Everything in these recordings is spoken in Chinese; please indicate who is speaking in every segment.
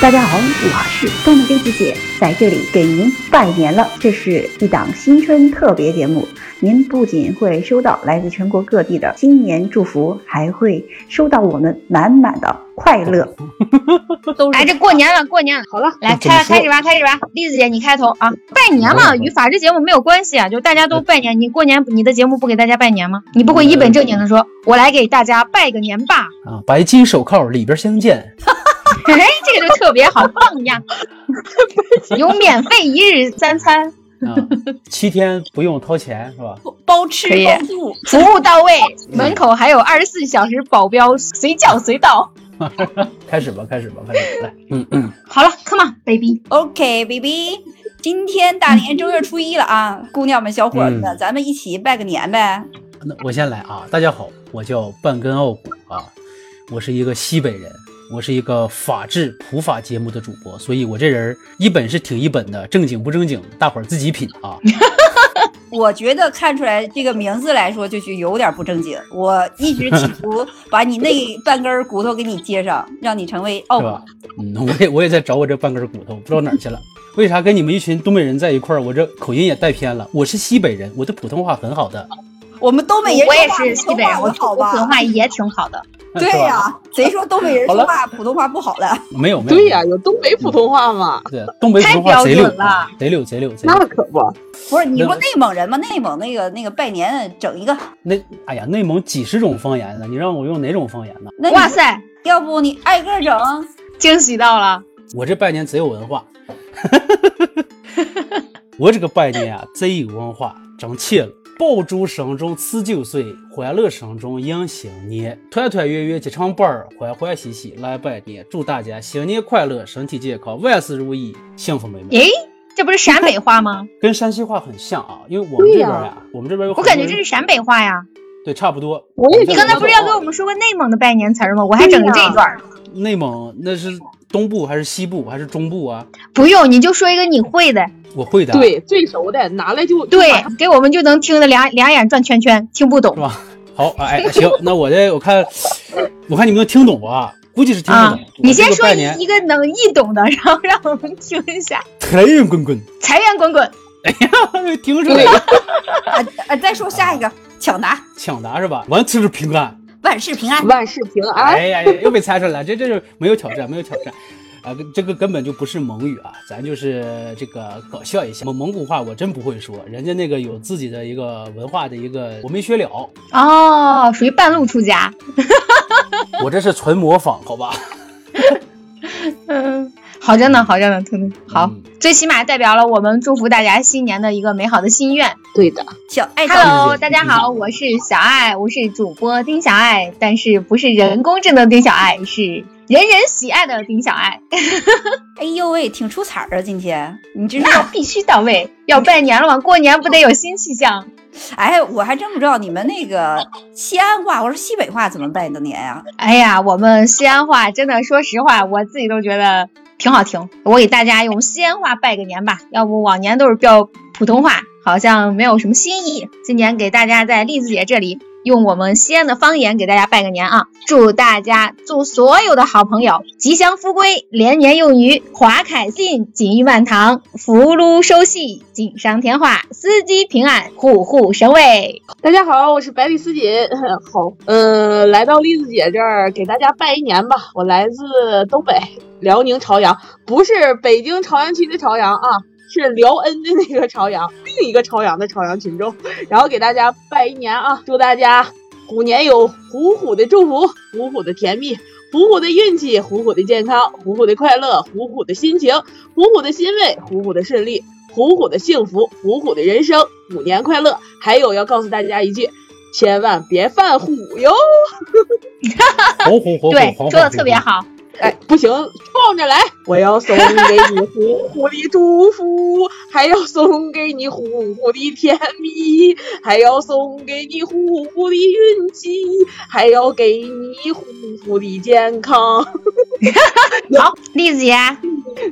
Speaker 1: 大
Speaker 2: 哎
Speaker 1: 家好，我是豆豆 Baby 姐，在这里给您拜年了。这是一档新春特别节目，您不仅会收到来自全国各地的新年祝福，还会收到我们满满的快乐。
Speaker 3: 都
Speaker 2: 来，
Speaker 3: 是
Speaker 2: 这过年了，过年了，
Speaker 3: 好了，
Speaker 2: 来
Speaker 4: 怎么
Speaker 2: 开
Speaker 4: 说
Speaker 2: 开始吧，开始吧，栗子姐你开头啊！拜年
Speaker 4: 好
Speaker 2: 嘛，
Speaker 4: 的
Speaker 2: 与法制节目没有关系啊，就大家都拜年，你过年你的节目不给大家拜年
Speaker 3: 呃
Speaker 2: 吗？你不会一本正经的说，我来给大家拜个年吧？
Speaker 4: 啊，白金手铐里边相见，
Speaker 2: 哎，这个就特别好，棒 呀！有免费一日三餐，
Speaker 4: 啊，七天不用掏钱是吧？
Speaker 3: 包吃
Speaker 2: 可以
Speaker 3: 包住，
Speaker 2: 服务到 位，门口还有二十四小时保镖，随叫随到。
Speaker 4: 开始吧，开始吧，开始吧来，嗯嗯，
Speaker 2: 好了，come on baby，
Speaker 3: OK，baby，今天大年正月初一了啊，姑娘们、小伙子们，
Speaker 4: 嗯
Speaker 3: 咱们一起拜个年呗。
Speaker 4: 那我先来啊，大家好，我叫半根傲骨啊，我是一个西北人，我是一个法制普法节目的主播，所以我这人一本是挺一本的，正经不正经，大伙儿自己品啊。
Speaker 3: 我觉得看出来这个名字来说，就是有点不正经。我一直企 图把你那半根骨头给你接上，让你成为哦傲
Speaker 4: 是吧？嗯，我也我也在找我这半根骨头，不知道哪儿去了。为啥跟你们一群东北人在一块儿，我这口音也带偏了？我是西北人，我的普通话很好的，
Speaker 3: 我们东北人
Speaker 2: 我也
Speaker 3: 说话
Speaker 2: 是西北人，
Speaker 3: 普
Speaker 2: 我
Speaker 3: 通话
Speaker 2: 我
Speaker 3: 不好
Speaker 2: 普通
Speaker 3: 吧？
Speaker 2: 话也挺好的，
Speaker 3: 对
Speaker 4: 是吧
Speaker 3: 呀、谁说东北人说话普通话不好了？
Speaker 4: 没有没有，
Speaker 5: 对呀、有东北普通话吗？
Speaker 4: 对，东北普通话贼溜，贼溜贼溜贼
Speaker 5: 那
Speaker 4: 溜。
Speaker 5: 可不，
Speaker 3: 不是你
Speaker 4: 那
Speaker 3: 不内蒙人吗？内蒙那个那个拜年整一个，
Speaker 4: 那哎呀，内蒙几十种方言呢，你让我用哪种方言呢？
Speaker 3: 那你
Speaker 2: 哇塞，
Speaker 3: 要不你挨个整？啊
Speaker 2: 惊喜到了。
Speaker 4: 我这拜年贼有文化， 我这个拜年啊贼有文化，真切了。爆竹声中辞旧岁，欢乐声中迎新年。团团圆圆结成伴儿，欢欢喜喜来拜年。祝大家新年快乐，身体健康，万事如意，幸福美满。
Speaker 2: 诶，这不是陕北话吗？
Speaker 4: 跟山西话很像啊，因为我们这边呀、我们这边有
Speaker 2: 我
Speaker 4: 很
Speaker 2: 感
Speaker 4: 多
Speaker 2: 觉
Speaker 4: 人
Speaker 2: 这是陕北话呀。
Speaker 4: 对差不多。
Speaker 5: 我也
Speaker 4: 们
Speaker 2: 你
Speaker 5: 对
Speaker 4: 在
Speaker 2: 刚才不是要
Speaker 4: 我
Speaker 2: 给我们说个内蒙的拜年词儿吗？我还整了这一段儿。
Speaker 4: 内蒙那是东部还是西部还是中部啊？
Speaker 2: 不用，你就说一个你会的，
Speaker 4: 我会的，，啊
Speaker 5: 对最熟的拿来就
Speaker 2: 对
Speaker 5: 就把它，
Speaker 2: 给我们就能听得两两眼转圈圈，听不
Speaker 4: 是
Speaker 2: 懂。
Speaker 4: 吧？好，哎，哎行，那我这我看，我看你们能听懂啊？估计是听不懂。
Speaker 2: 啊你先说
Speaker 4: 一
Speaker 2: 一一个能易懂的，然 后让我们听一下。
Speaker 4: 财源 滚滚，
Speaker 2: 财源滚滚，
Speaker 4: 听出来了，
Speaker 3: 啊啊！再说下一个，抢答，
Speaker 4: 抢答是吧？完吃是平安。
Speaker 3: 万事平安。
Speaker 5: 万事平
Speaker 2: 啊
Speaker 5: 安。
Speaker 4: 哎呀呀，又被猜出来了，这这是没有挑战，没有挑战。啊，这个根本就不是蒙语啊，咱就是这个搞笑一下。蒙蒙古话我真不会说，人家那个有自己的一个文化的一个，我没学了，
Speaker 2: 哦，属于半路出家。
Speaker 4: 我这是纯模仿，好吧？
Speaker 2: 嗯，好着呢，好着呢，特别好。
Speaker 4: 嗯
Speaker 2: 最起码代表了我们祝福大家新年的一个美好的心愿。
Speaker 5: 对的，
Speaker 3: 小爱豆，
Speaker 2: Hello，
Speaker 4: 谢谢
Speaker 2: 大家好，我是小爱，我是主播丁小爱，但是不是人工智能丁小爱，是人人喜爱的丁小爱。
Speaker 3: 哎呦喂，挺出彩儿啊！今天你真是
Speaker 2: 那必须到位，要拜年了嘛，过年不得有新气象？
Speaker 3: 哎，我还真不知道你们那个西安话，我说西北话怎么拜的啊年呀、
Speaker 2: 哎呀，我们西安话真的，说实话，我自己都觉得挺好听。我给大家用西安话拜个年吧，要不往年都是标普通话，好像没有什么新意。今年给大家在栗子姐这里用我们西安的方言给大家拜个年啊！祝大家，祝所有的好朋友吉祥富贵，连年用鱼，华凯信，锦玉满堂，福禄寿喜，锦上添花，司机平安，户户神威。
Speaker 5: 大家好，我是百里思锦。 好，呃，来到栗子姐这儿给大家拜一年吧。我来自东北辽宁朝阳，不是北京朝阳区的朝阳啊，是辽恩的那个朝阳，另一个朝阳的朝阳群众。然后给大家拜一年啊，祝大家虎年有虎虎的祝福，虎虎的甜蜜，虎虎的运气，虎虎的健康，虎虎的快乐，虎虎的心情，虎虎的欣慰，虎虎的顺利，虎虎的幸福，虎虎的人生，虎年快乐！还有要告诉大家一句，千万别犯虎哟！
Speaker 4: 红红火火，
Speaker 2: 对，
Speaker 4: 红
Speaker 2: 说的特别。
Speaker 4: 红火火
Speaker 2: 好。
Speaker 5: 哎，不行，冲着来！我要送给你虎虎的祝福，还要送给你虎虎的甜蜜，还要送给你虎虎的运气，还要给你虎虎的健康。
Speaker 2: 好，栗子姐，啊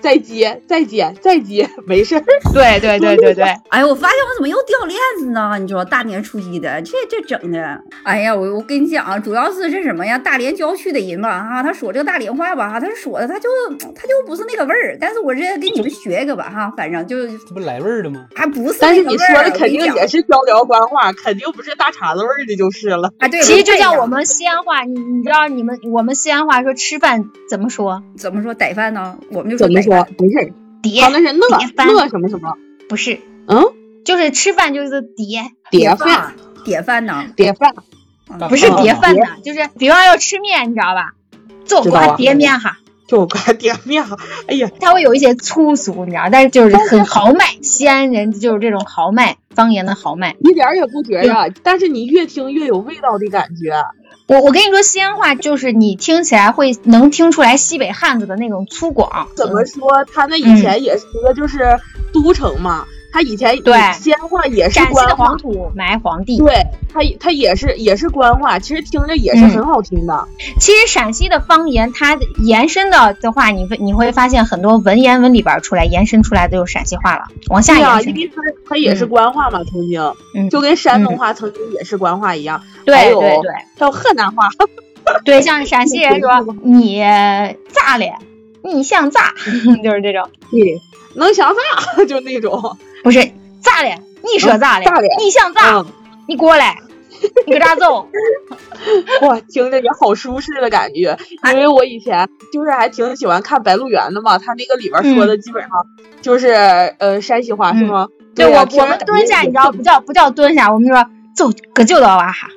Speaker 5: 再接，再接，再接，没事儿。
Speaker 2: 对对对对对。
Speaker 3: 哎，我发现我怎么又掉链子呢？你说大年初一的，这这整的，哎呀，我我跟你讲啊，主要是这什么呀？大连郊区的人吧，啊，他说这个大连话下吧，他说的他就嗯他就不是那个味儿，但是我这给你们学一个吧哈，反正就
Speaker 4: 这不来味儿的吗？
Speaker 3: 还不是
Speaker 5: 但
Speaker 3: 那
Speaker 5: 是
Speaker 3: 个
Speaker 5: 你
Speaker 3: 味
Speaker 5: 说
Speaker 3: 儿。
Speaker 5: 的肯定
Speaker 3: 我跟你
Speaker 5: 也
Speaker 3: 讲
Speaker 5: 是标聊官话，肯定不是大碴子味儿的就是了。
Speaker 3: 啊，对，
Speaker 2: 其实
Speaker 3: 不
Speaker 2: 就
Speaker 3: 太一
Speaker 2: 像
Speaker 3: 样
Speaker 2: 我们西安话，你你知道你们我们西安话说吃饭怎么说？
Speaker 3: 怎么说逮饭呢，我们就说逮
Speaker 5: 说
Speaker 3: 饭。？
Speaker 5: 不是，
Speaker 2: 碟
Speaker 5: 他那是
Speaker 2: 碟
Speaker 5: 那
Speaker 2: 翻
Speaker 5: 那什么什么
Speaker 2: 不是，
Speaker 5: 嗯，
Speaker 2: 就是吃饭就是碟，
Speaker 5: 碟饭
Speaker 3: 饭，碟饭呢？
Speaker 5: 碟饭，
Speaker 3: 啊
Speaker 4: 大
Speaker 2: 不是
Speaker 5: 哦
Speaker 2: 碟饭
Speaker 5: 碟
Speaker 2: 呐，就是比方要吃面，你知道吧？做
Speaker 5: 知道啊
Speaker 2: 瓜碟面哈，
Speaker 5: 就瓜碟面。哎呀，
Speaker 2: 它会有一些粗俗，你知道，但是就是很豪迈，西安人就是这种豪迈方言的豪迈。
Speaker 5: 一点儿也不觉着，但是你越听越有味道的感觉。
Speaker 2: 我我跟你说，西安话就是你听起来会能听出来西北汉子的那种粗犷。嗯
Speaker 5: 怎么说？他那以前也是一个就是都城嘛，他以前
Speaker 2: 对
Speaker 5: 西安话也是
Speaker 2: 陕西
Speaker 5: 官
Speaker 2: 的
Speaker 5: 话
Speaker 2: 黄，土埋皇帝，
Speaker 5: 对他他也是也是官话，其实听着也是
Speaker 2: 嗯
Speaker 5: 很好听的。
Speaker 2: 其实陕西的方言，它延伸的的话，你会你会发现很多文言文里边出来延伸出来的就是陕西话了，往下
Speaker 5: 对啊，
Speaker 2: 延
Speaker 5: 因
Speaker 2: 伸。
Speaker 5: 为他他也是官话嘛，曾经
Speaker 2: 嗯，
Speaker 5: 就跟山东话曾经也是官话一样，还
Speaker 2: 对
Speaker 5: 有
Speaker 2: 对 对
Speaker 5: 还有河南话，
Speaker 2: 对，像陕西人说你咋了？你想 咋？就是这种，
Speaker 5: 对，能想啥 就那种。
Speaker 2: 不是咋了？你说咋了？
Speaker 5: 咋了
Speaker 2: 你想咋？
Speaker 5: 嗯，
Speaker 2: 你过 来，你搁这儿走。
Speaker 5: 哇，听着也好舒适的感觉，因为我以前就是还挺喜欢看《白鹿原》的嘛，他那个里边说的
Speaker 2: 嗯
Speaker 5: 基本上就是呃山西话是吗？
Speaker 2: 对
Speaker 5: 呀
Speaker 2: 我
Speaker 5: 听
Speaker 2: 我
Speaker 5: 着
Speaker 2: 们
Speaker 5: 感
Speaker 2: 蹲
Speaker 5: 觉
Speaker 2: 下，
Speaker 5: 也
Speaker 2: 你知道不叫不叫蹲下，我们说走搁就到哇哈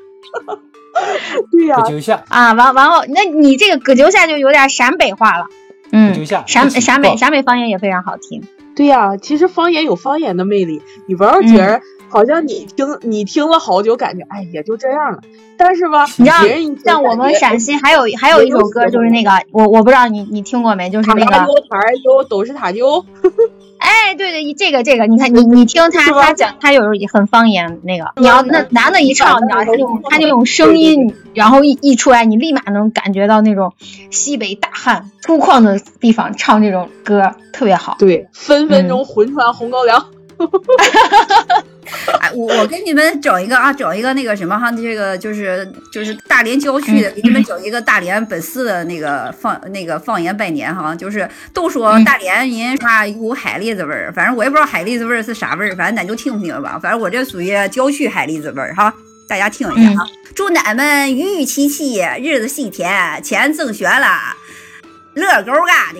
Speaker 5: 对呀
Speaker 4: 不，揪下，
Speaker 2: 啊，完完后，那你这个搁就下就有点陕北话了。
Speaker 4: 不揪
Speaker 2: 嗯，
Speaker 4: 下，
Speaker 2: 陕
Speaker 4: 不起
Speaker 2: 陕
Speaker 4: 报
Speaker 2: 北陕北方言也非常好听。
Speaker 5: 对呀、其实方言有方言的魅力，你不
Speaker 2: 嗯
Speaker 5: 要觉得好像你听、你听了好久，感觉哎也就这样了，但是吧，
Speaker 2: 你知道
Speaker 5: 别人一听
Speaker 2: 像我们
Speaker 5: 感觉
Speaker 2: 陕西还有还有一首歌，就是那个我我不知道你你听过没，就是
Speaker 5: 塔
Speaker 2: 那
Speaker 5: 拉
Speaker 2: 个
Speaker 5: 悠塔儿悠都是塔悠，
Speaker 2: 哎，对对，这个这个，你看你你听他
Speaker 5: 是吧
Speaker 2: 他讲，他有时候也很方言那个，你要那男的一唱，你知道他那种他那种声音，然后一一出来，你立马能感觉到那种西北大汉粗犷的地方唱这种歌特别好。
Speaker 5: 对，
Speaker 2: 嗯
Speaker 5: 分分钟魂穿红高粱。
Speaker 3: 哎，我我给你们整一个啊，整一个那个什么哈，这个就是就是大连郊区的，给你们整一个大连本市的那个放那个方言拜年哈，就是都说
Speaker 2: 嗯
Speaker 3: 大连人怕一股海蛎子味儿，反正我也不知道海蛎子味儿是啥味儿，反正咱就听不明白吧，反正我这属于郊区海蛎子味儿哈。大家听一下哈，祝咱们鱼鱼七七，日子细甜，钱挣悬了，乐勾嘎的。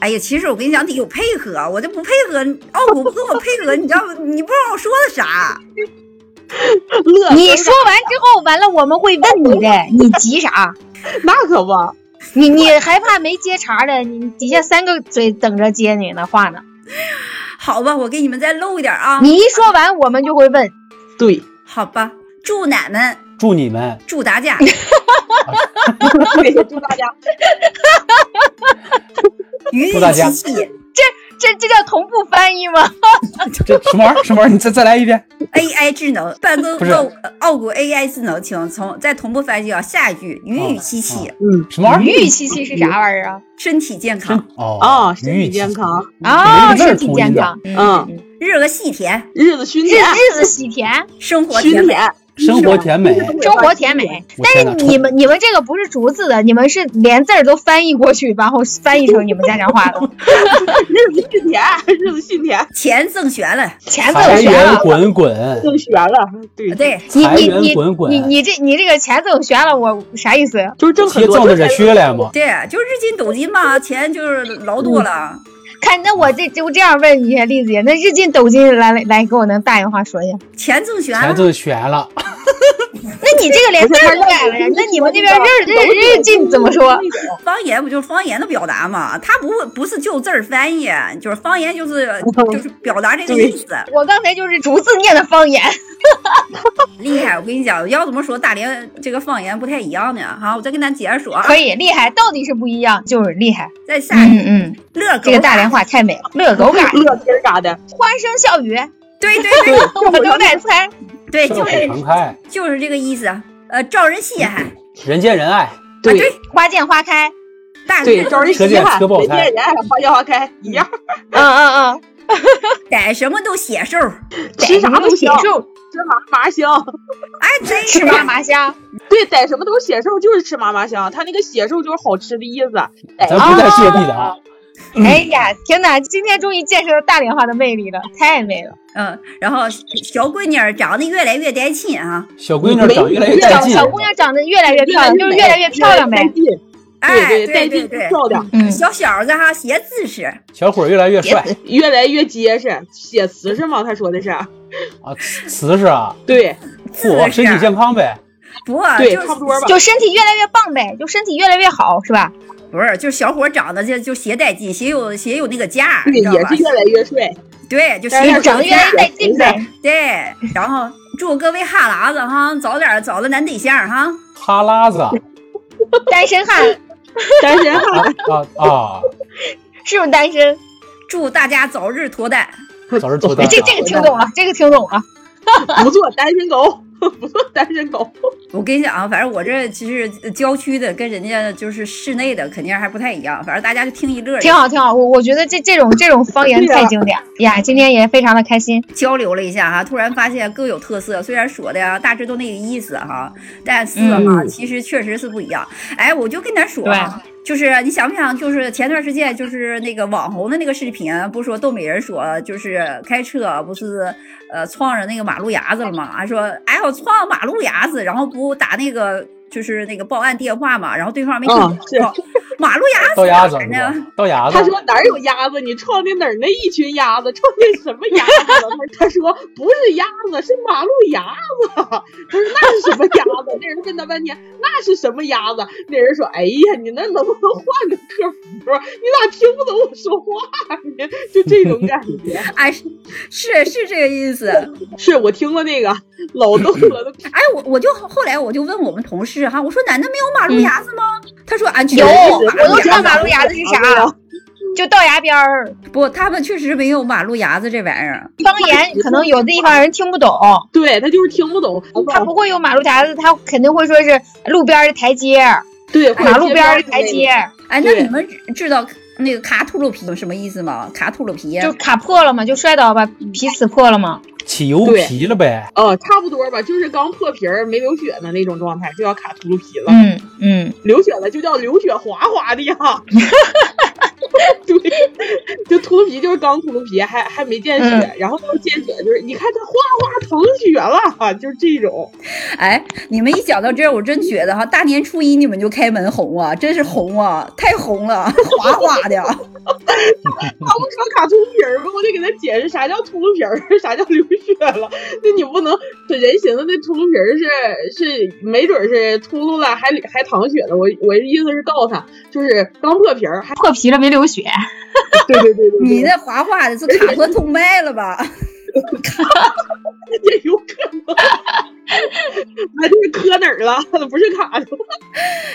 Speaker 3: 哎呀，其实我跟你讲，得有配合，我这不配合，奥古不跟我配合，你知道你不知道我说的啥。
Speaker 5: 乐，
Speaker 2: 你说完之后，完了我们会问你的，你急啥？
Speaker 5: 那可不，
Speaker 2: 你你还怕没接茬的？你底下三个嘴等着接你呢话呢。
Speaker 3: 好吧，我给你们再露一点啊。
Speaker 2: 你一说完，我们就会问，
Speaker 5: 对，
Speaker 3: 好吧，祝俺们，
Speaker 4: 祝你们
Speaker 3: 祝 大家
Speaker 5: 对，祝大 家
Speaker 3: 鱼
Speaker 4: 祝大
Speaker 3: 鱼
Speaker 4: 家
Speaker 3: 七七。
Speaker 2: 这这叫同步翻译吗？
Speaker 4: 这什么玩意儿？什么玩意儿？你再再来一遍。
Speaker 3: AI 智能办公
Speaker 4: 不是
Speaker 3: 奥奥古 AI 智能，请从再同步翻译啊。下一句，鱼
Speaker 4: 哦
Speaker 3: 与七七，
Speaker 4: 什么玩意
Speaker 2: 鱼与七七是啥玩意儿啊？
Speaker 3: 身体健康，
Speaker 4: 儿？哦
Speaker 5: 啊、身
Speaker 4: 鱼与
Speaker 5: 体
Speaker 4: 鸡
Speaker 5: 健康，
Speaker 2: 哦，
Speaker 4: 嗯每个字
Speaker 2: 身
Speaker 4: 儿
Speaker 2: 体
Speaker 4: 同
Speaker 2: 健
Speaker 4: 音的
Speaker 2: 康。
Speaker 5: 嗯，
Speaker 3: 日个细甜，
Speaker 5: 日子啊熏
Speaker 2: 日
Speaker 5: 甜，
Speaker 2: 日子喜甜，
Speaker 4: 嗯
Speaker 3: 生活
Speaker 5: 熏
Speaker 3: 甜美。
Speaker 5: 甜，
Speaker 4: 生活甜美。
Speaker 2: 生活甜美。
Speaker 4: 我
Speaker 2: 但
Speaker 4: 天
Speaker 2: 是
Speaker 4: 哪
Speaker 2: 你们你们这个不是逐字的，你们是连字儿都翻译过去，然后翻译成你们家乡话 的。
Speaker 5: 日子熏甜，日子熏甜，
Speaker 3: 钱挣悬了，
Speaker 2: 钱
Speaker 4: 财
Speaker 2: 赠悬
Speaker 4: 源
Speaker 2: 了，
Speaker 4: 滚滚，
Speaker 5: 正悬了，
Speaker 2: 啊
Speaker 5: 对，
Speaker 3: 对，
Speaker 2: 你
Speaker 4: 财
Speaker 2: 你
Speaker 4: 源
Speaker 2: 你
Speaker 4: 滚滚
Speaker 2: 你你这你这个钱赠悬了，我啥意思？
Speaker 5: 就是挣很
Speaker 4: 贴
Speaker 5: 多
Speaker 4: 挣，的这血来嘛。
Speaker 3: 对，就日进斗金嘛，钱就是老多了。
Speaker 4: 嗯
Speaker 2: 看那我这就这样问你，栗子姐，那日进斗金来来来，给我能大言话说一下？
Speaker 3: 钱挣悬
Speaker 2: 啊
Speaker 4: 钱
Speaker 3: 了，
Speaker 4: 挣悬了，
Speaker 2: 那你这个连字儿都改了呀？那你们那边日日日进怎么说？
Speaker 3: 方言不就是方言的表达嘛？它不会不是就字儿翻译，就是方 言就是就是表达这个
Speaker 5: 对
Speaker 3: 意思。
Speaker 2: 我刚才就是逐字念的方言。
Speaker 3: 厉害！我跟你讲，要怎么说大连这个方言不太一样呢？哈，我再跟咱接着说啊，
Speaker 2: 可以，厉害，到底是不一样，就是厉害。
Speaker 3: 再下一
Speaker 2: 嗯
Speaker 3: 个
Speaker 2: 嗯，
Speaker 3: 乐啊狗，
Speaker 2: 这个大连话太美了，乐狗嘎，
Speaker 5: 乐天儿嘎的，
Speaker 2: 欢声笑语，
Speaker 3: 对对对
Speaker 5: 嗯
Speaker 2: 我 都在猜。哎
Speaker 3: 对，
Speaker 4: 社
Speaker 3: 就
Speaker 4: 会
Speaker 3: 是
Speaker 4: 常开，
Speaker 3: 就是这个意思啊。呃，招人稀罕，
Speaker 5: 嗯
Speaker 3: 啊
Speaker 4: 人见人爱，
Speaker 5: 对。
Speaker 3: 对，
Speaker 2: 花见花开，
Speaker 3: 大
Speaker 5: 对，
Speaker 3: 日
Speaker 5: 招人
Speaker 3: 子
Speaker 4: 车
Speaker 5: 稀
Speaker 4: 间
Speaker 5: 罕，
Speaker 4: 车爆
Speaker 5: 人
Speaker 4: 胎
Speaker 5: 见人爱，花见花开一样，
Speaker 2: 嗯嗯嗯，
Speaker 3: 逮什么都显瘦，
Speaker 5: 吃啥
Speaker 2: 逮
Speaker 5: 都
Speaker 2: 牛血
Speaker 5: 香，
Speaker 2: 瘦，
Speaker 5: 吃麻麻香，
Speaker 3: 哎，对
Speaker 2: 吃嘛？麻香，
Speaker 5: 对，逮什么都血兽，就是吃嘛嘛香，它那个血兽就是好吃的意思。逮
Speaker 4: 咱不带芥蒂的啊。
Speaker 2: 哎呀，天哪！今天终于见识到大连话的魅力了，太美了！
Speaker 3: 嗯，然后小闺女儿长得越来越带劲啊，
Speaker 4: 小闺女长越来越带
Speaker 2: 小
Speaker 4: 劲，
Speaker 2: 小姑娘长得越来越漂亮，就是越来越漂亮呗
Speaker 5: 带。劲
Speaker 3: 哎，
Speaker 5: 对
Speaker 3: 对
Speaker 5: 带
Speaker 3: 对
Speaker 5: 劲
Speaker 3: 对，
Speaker 5: 漂亮，
Speaker 2: 嗯，
Speaker 3: 小小子哈，鞋姿势，
Speaker 4: 小伙儿越来越帅
Speaker 5: 越来越结实，写词是吗？他说的是，
Speaker 4: 啊，瓷实啊，
Speaker 5: 对
Speaker 4: 嚯，
Speaker 2: 啊
Speaker 4: 身体健康呗。
Speaker 3: 啊不
Speaker 5: 对，
Speaker 3: 就
Speaker 5: 差不多吧。
Speaker 2: 就身体越来越棒呗，就身体越来越好，是吧？
Speaker 3: 不是，就小伙长得就就鞋带劲，鞋有鞋有那个架，
Speaker 5: 对，
Speaker 3: 你知道
Speaker 5: 也
Speaker 3: 吧
Speaker 5: 是？越来越帅。
Speaker 3: 对，就
Speaker 5: 但
Speaker 3: 鞋
Speaker 5: 是
Speaker 3: 有
Speaker 5: 长
Speaker 2: 哎长得
Speaker 3: 架
Speaker 2: 越来越带劲呗。
Speaker 3: 对，然后祝各位哈喇子哈，早点找到男对象哈。
Speaker 4: 哈喇子
Speaker 2: 单身汉
Speaker 5: 单身汉，
Speaker 4: 啊啊，
Speaker 2: 是不是单身？
Speaker 3: 祝大家早日脱单。
Speaker 4: 早日脱单
Speaker 2: 哎这这个听懂了，这个听懂了。
Speaker 5: 不做单身狗， 不做单身狗。
Speaker 3: 我跟你讲啊，反正我这其实郊区的跟人家就是室内的肯定还不太一样，反正大家就听一乐儿，
Speaker 2: 挺好，挺好。我我觉得这这种这种方言
Speaker 5: 对啊
Speaker 2: 太经典了呀！今天也非常的开心。
Speaker 3: 交流了一下哈、突然发现各有特色，虽然说的呀、大致都那个意思哈、但是哈、
Speaker 5: 嗯
Speaker 3: 其实确实是不一样。哎，我就跟咱说啊，就是你想不想，就是前段时间就是那个网红的那个视频，不是说豆美人说就是开车不是呃撞上那个马路牙子了吗？还说哎我撞马路牙子，然后不打那个。就是那个报案电话嘛，然后对方没听
Speaker 5: 嗯是
Speaker 3: 着，马路牙子
Speaker 4: 倒牙子
Speaker 3: 哪儿
Speaker 4: 是吧
Speaker 3: 呢？？
Speaker 4: 倒牙
Speaker 5: 他
Speaker 4: 子啊
Speaker 5: 说哪儿有鸭子？你撞的哪儿那一群鸭子？撞的什么鸭子了？他说不是鸭子，是马路牙子。他说那是什么鸭子？那人问他半天那是什么鸭子？那人说哎呀，你那能不能换个客服？你咋听不懂我说话呢？就这种感觉。
Speaker 3: 哎，是是是这个意思。
Speaker 5: 是我听过那个老逗了都
Speaker 3: 哎，我我就后来我就问我们同事哈，我说男的没有马路牙子吗？他说啊俺
Speaker 2: 嗯有，
Speaker 3: 有
Speaker 2: 我都知道马路牙子是啥，就到牙边儿。
Speaker 3: 不，他们确实没有马路牙子这玩意儿。
Speaker 2: 方言可能有的地方人听不懂，
Speaker 5: 对他就是听不懂，
Speaker 2: 他不会有马路牙子，他肯定会说是路边儿的台阶，
Speaker 5: 对
Speaker 2: 马路边儿的台
Speaker 5: 台
Speaker 2: 阶
Speaker 5: 阶，
Speaker 3: 哎，那
Speaker 5: 对
Speaker 3: 你们知道那个卡秃噜皮什么意思吗？卡秃噜皮
Speaker 2: 就卡破了嘛，就摔倒把皮撕破了嘛。
Speaker 4: 起油皮了呗，
Speaker 5: 哦，差不多吧，就是刚破皮儿没流血呢那种状态，就要卡秃噜皮了。
Speaker 2: 嗯嗯，
Speaker 5: 流血了就叫流血滑滑 的呀。对，就秃噜皮就是刚秃噜皮，还还没见血，
Speaker 2: 嗯
Speaker 5: 然后到见血就是你看它哗哗淌血了，就是这种。
Speaker 3: 哎，你们一讲到这儿，我真觉得哈，大年初一你们就开门红啊，真是红啊，太红了， 哗哗的。
Speaker 5: 他不说卡秃噜皮儿吗？我得给他解释啥叫秃噜皮儿， 啥叫流血了。那你不能这人寻思那秃噜皮儿是是没准是秃噜了还还淌血了。我我意思是告诉他，就是刚破皮儿，还
Speaker 2: 破皮了没流血，
Speaker 5: 对对对对对，
Speaker 3: 你那哗哗的是卡破动脉了吧？
Speaker 5: 也有可能。 那就是磕哪儿了？不是卡的。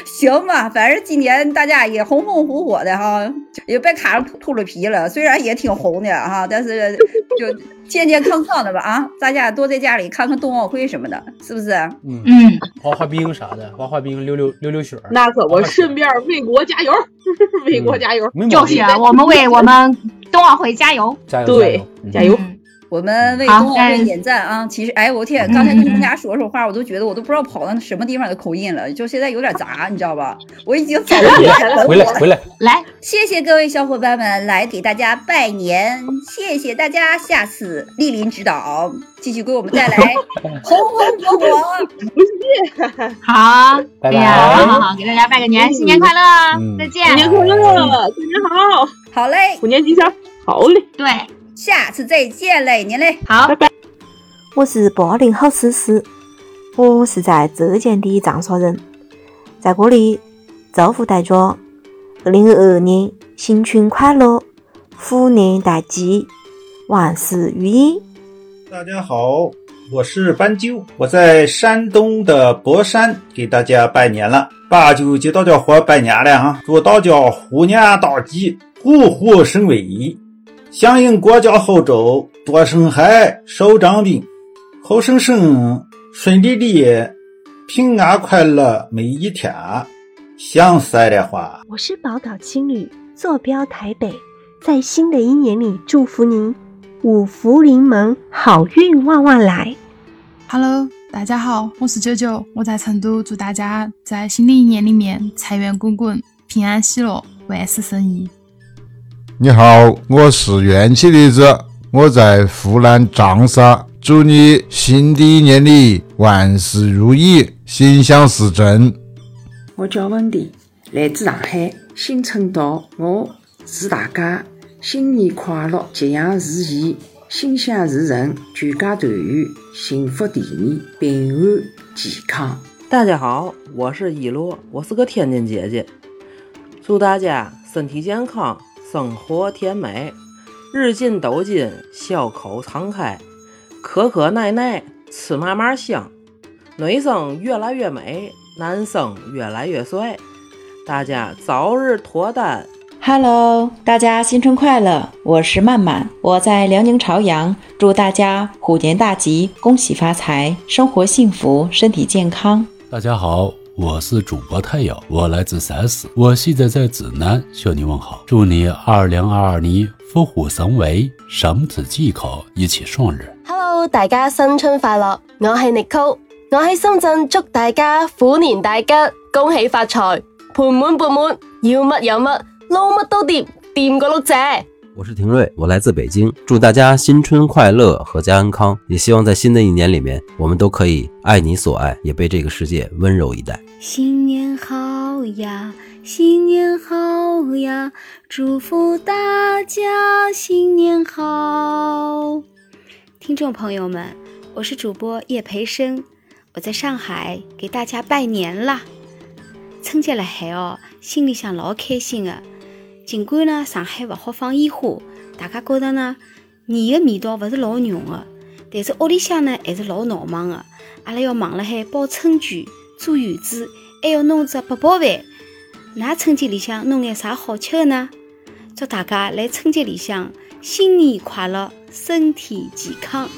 Speaker 3: 行吧，反正今年大家也红红火火的哈，也别卡上秃噜皮了。虽然也挺红的哈，但是就健健康康的吧啊！大家多在家里看看冬奥会什么的，是不是？
Speaker 4: 嗯，
Speaker 2: 嗯，
Speaker 4: 滑滑冰啥的，滑滑冰溜溜溜溜雪儿，
Speaker 5: 那可不，顺便为国加油， 为国加油，
Speaker 4: 没毛
Speaker 2: 就
Speaker 4: 病
Speaker 2: 是，啊我们为我们冬奥会加油。
Speaker 4: 加油
Speaker 5: 对
Speaker 4: 加
Speaker 5: 加
Speaker 4: 油，
Speaker 5: 油！
Speaker 2: 嗯
Speaker 3: 我们为
Speaker 2: 好
Speaker 3: 冬奥会
Speaker 2: 那嗯
Speaker 3: 点赞啊！其实，哎，我天，刚才跟大家说说话，我都觉得我都不知道跑到什么地方的口音了，就现在有点杂，你知道吧？我已经走不
Speaker 4: 回
Speaker 3: 来
Speaker 4: 来
Speaker 3: 了。
Speaker 4: 回来回来，
Speaker 2: 来，
Speaker 3: 谢谢各位小伙伴们来给大家拜年，谢谢大家，下次莅临指导，继续给我们带来红红火火。
Speaker 2: 好，
Speaker 4: 拜
Speaker 2: 哎
Speaker 4: 拜
Speaker 2: 呀，好好好，给大家拜个年，新年快乐，
Speaker 4: 嗯
Speaker 2: 再
Speaker 5: 新
Speaker 2: 见。
Speaker 5: 年快乐，过年好，
Speaker 3: 好嘞，
Speaker 5: 虎年吉祥，好嘞。
Speaker 2: 对，
Speaker 3: 下次再见嘞，您嘞。
Speaker 2: 好，
Speaker 6: 我是八零后思思，我是在浙江的长沙人，在这里祝福大家二零二二年新春快乐，虎年大吉，万事如意。
Speaker 7: 大家好，我是斑鸠，我在山东的博山给大家拜年了。八九节大家伙拜年了啊！祝大家虎年大吉，虎虎生威仪，响应国家号召，多生孩，少长病，好生生，顺利利，平安快乐每一天。想死的话，
Speaker 8: 我是宝岛青旅，坐标台北，在新的一年里祝福您五福临门，好运旺旺来。
Speaker 9: Hello，
Speaker 10: 大家好，我是九九，我在成都，祝大家在新的一年里面财源滚滚，平安喜乐，万事胜意。
Speaker 11: 你好，我是元气栗子，我在湖南长沙，祝你新的一年里万事如意，心想事成。
Speaker 12: 我叫温迪，来自上海新春到，我祝大家新年快乐，吉祥如意，心想事成，全家团圆，幸福甜蜜，平安健康。
Speaker 5: 大家好，我是一洛，我是个天津姐姐，祝大家身体健康，生活甜美，日进斗金，笑口常开，可可耐耐，吃嘛嘛香，女生越来越美，男生越来越帅，大家早日脱单。
Speaker 13: Hello，大家新春快乐！我是曼曼，我在辽宁朝阳，祝大家虎年大吉，恭喜发财，生活幸福，身体健康。
Speaker 14: 大家好，我是主播太阳，我来自陕西，我现在在济南向你问好，祝你二零二二年福虎生威，身体健康，一起生日。
Speaker 6: Hello，大家新春快樂！我係 Nicole，我喺深圳，祝大家虎年大吉，恭喜發財，盤滿缽滿，要乜有乜，撈乜都掂，掂過碌蔗。
Speaker 15: 我是廷瑞，我来自北京，祝大家新春快乐，阖家安康。也希望在新的一年里面，我们都可以爱你所爱，也被这个世界温柔以待。
Speaker 16: 新年好呀，新年好呀，祝福大家新年好！听众朋友们，我是主播叶培生，我在上海给大家拜年啦！春节了海哦，心里向老开心的、尽管呢上海勿好放烟花，大家觉得呢年的味道勿是老浓的，但是屋里向呢还是老闹忙的。阿拉要忙辣海包春卷、做圆子，还要弄只八宝饭。㑚春节里向弄眼啥好吃的呢？祝大家来春节里向新年快乐，身体健康。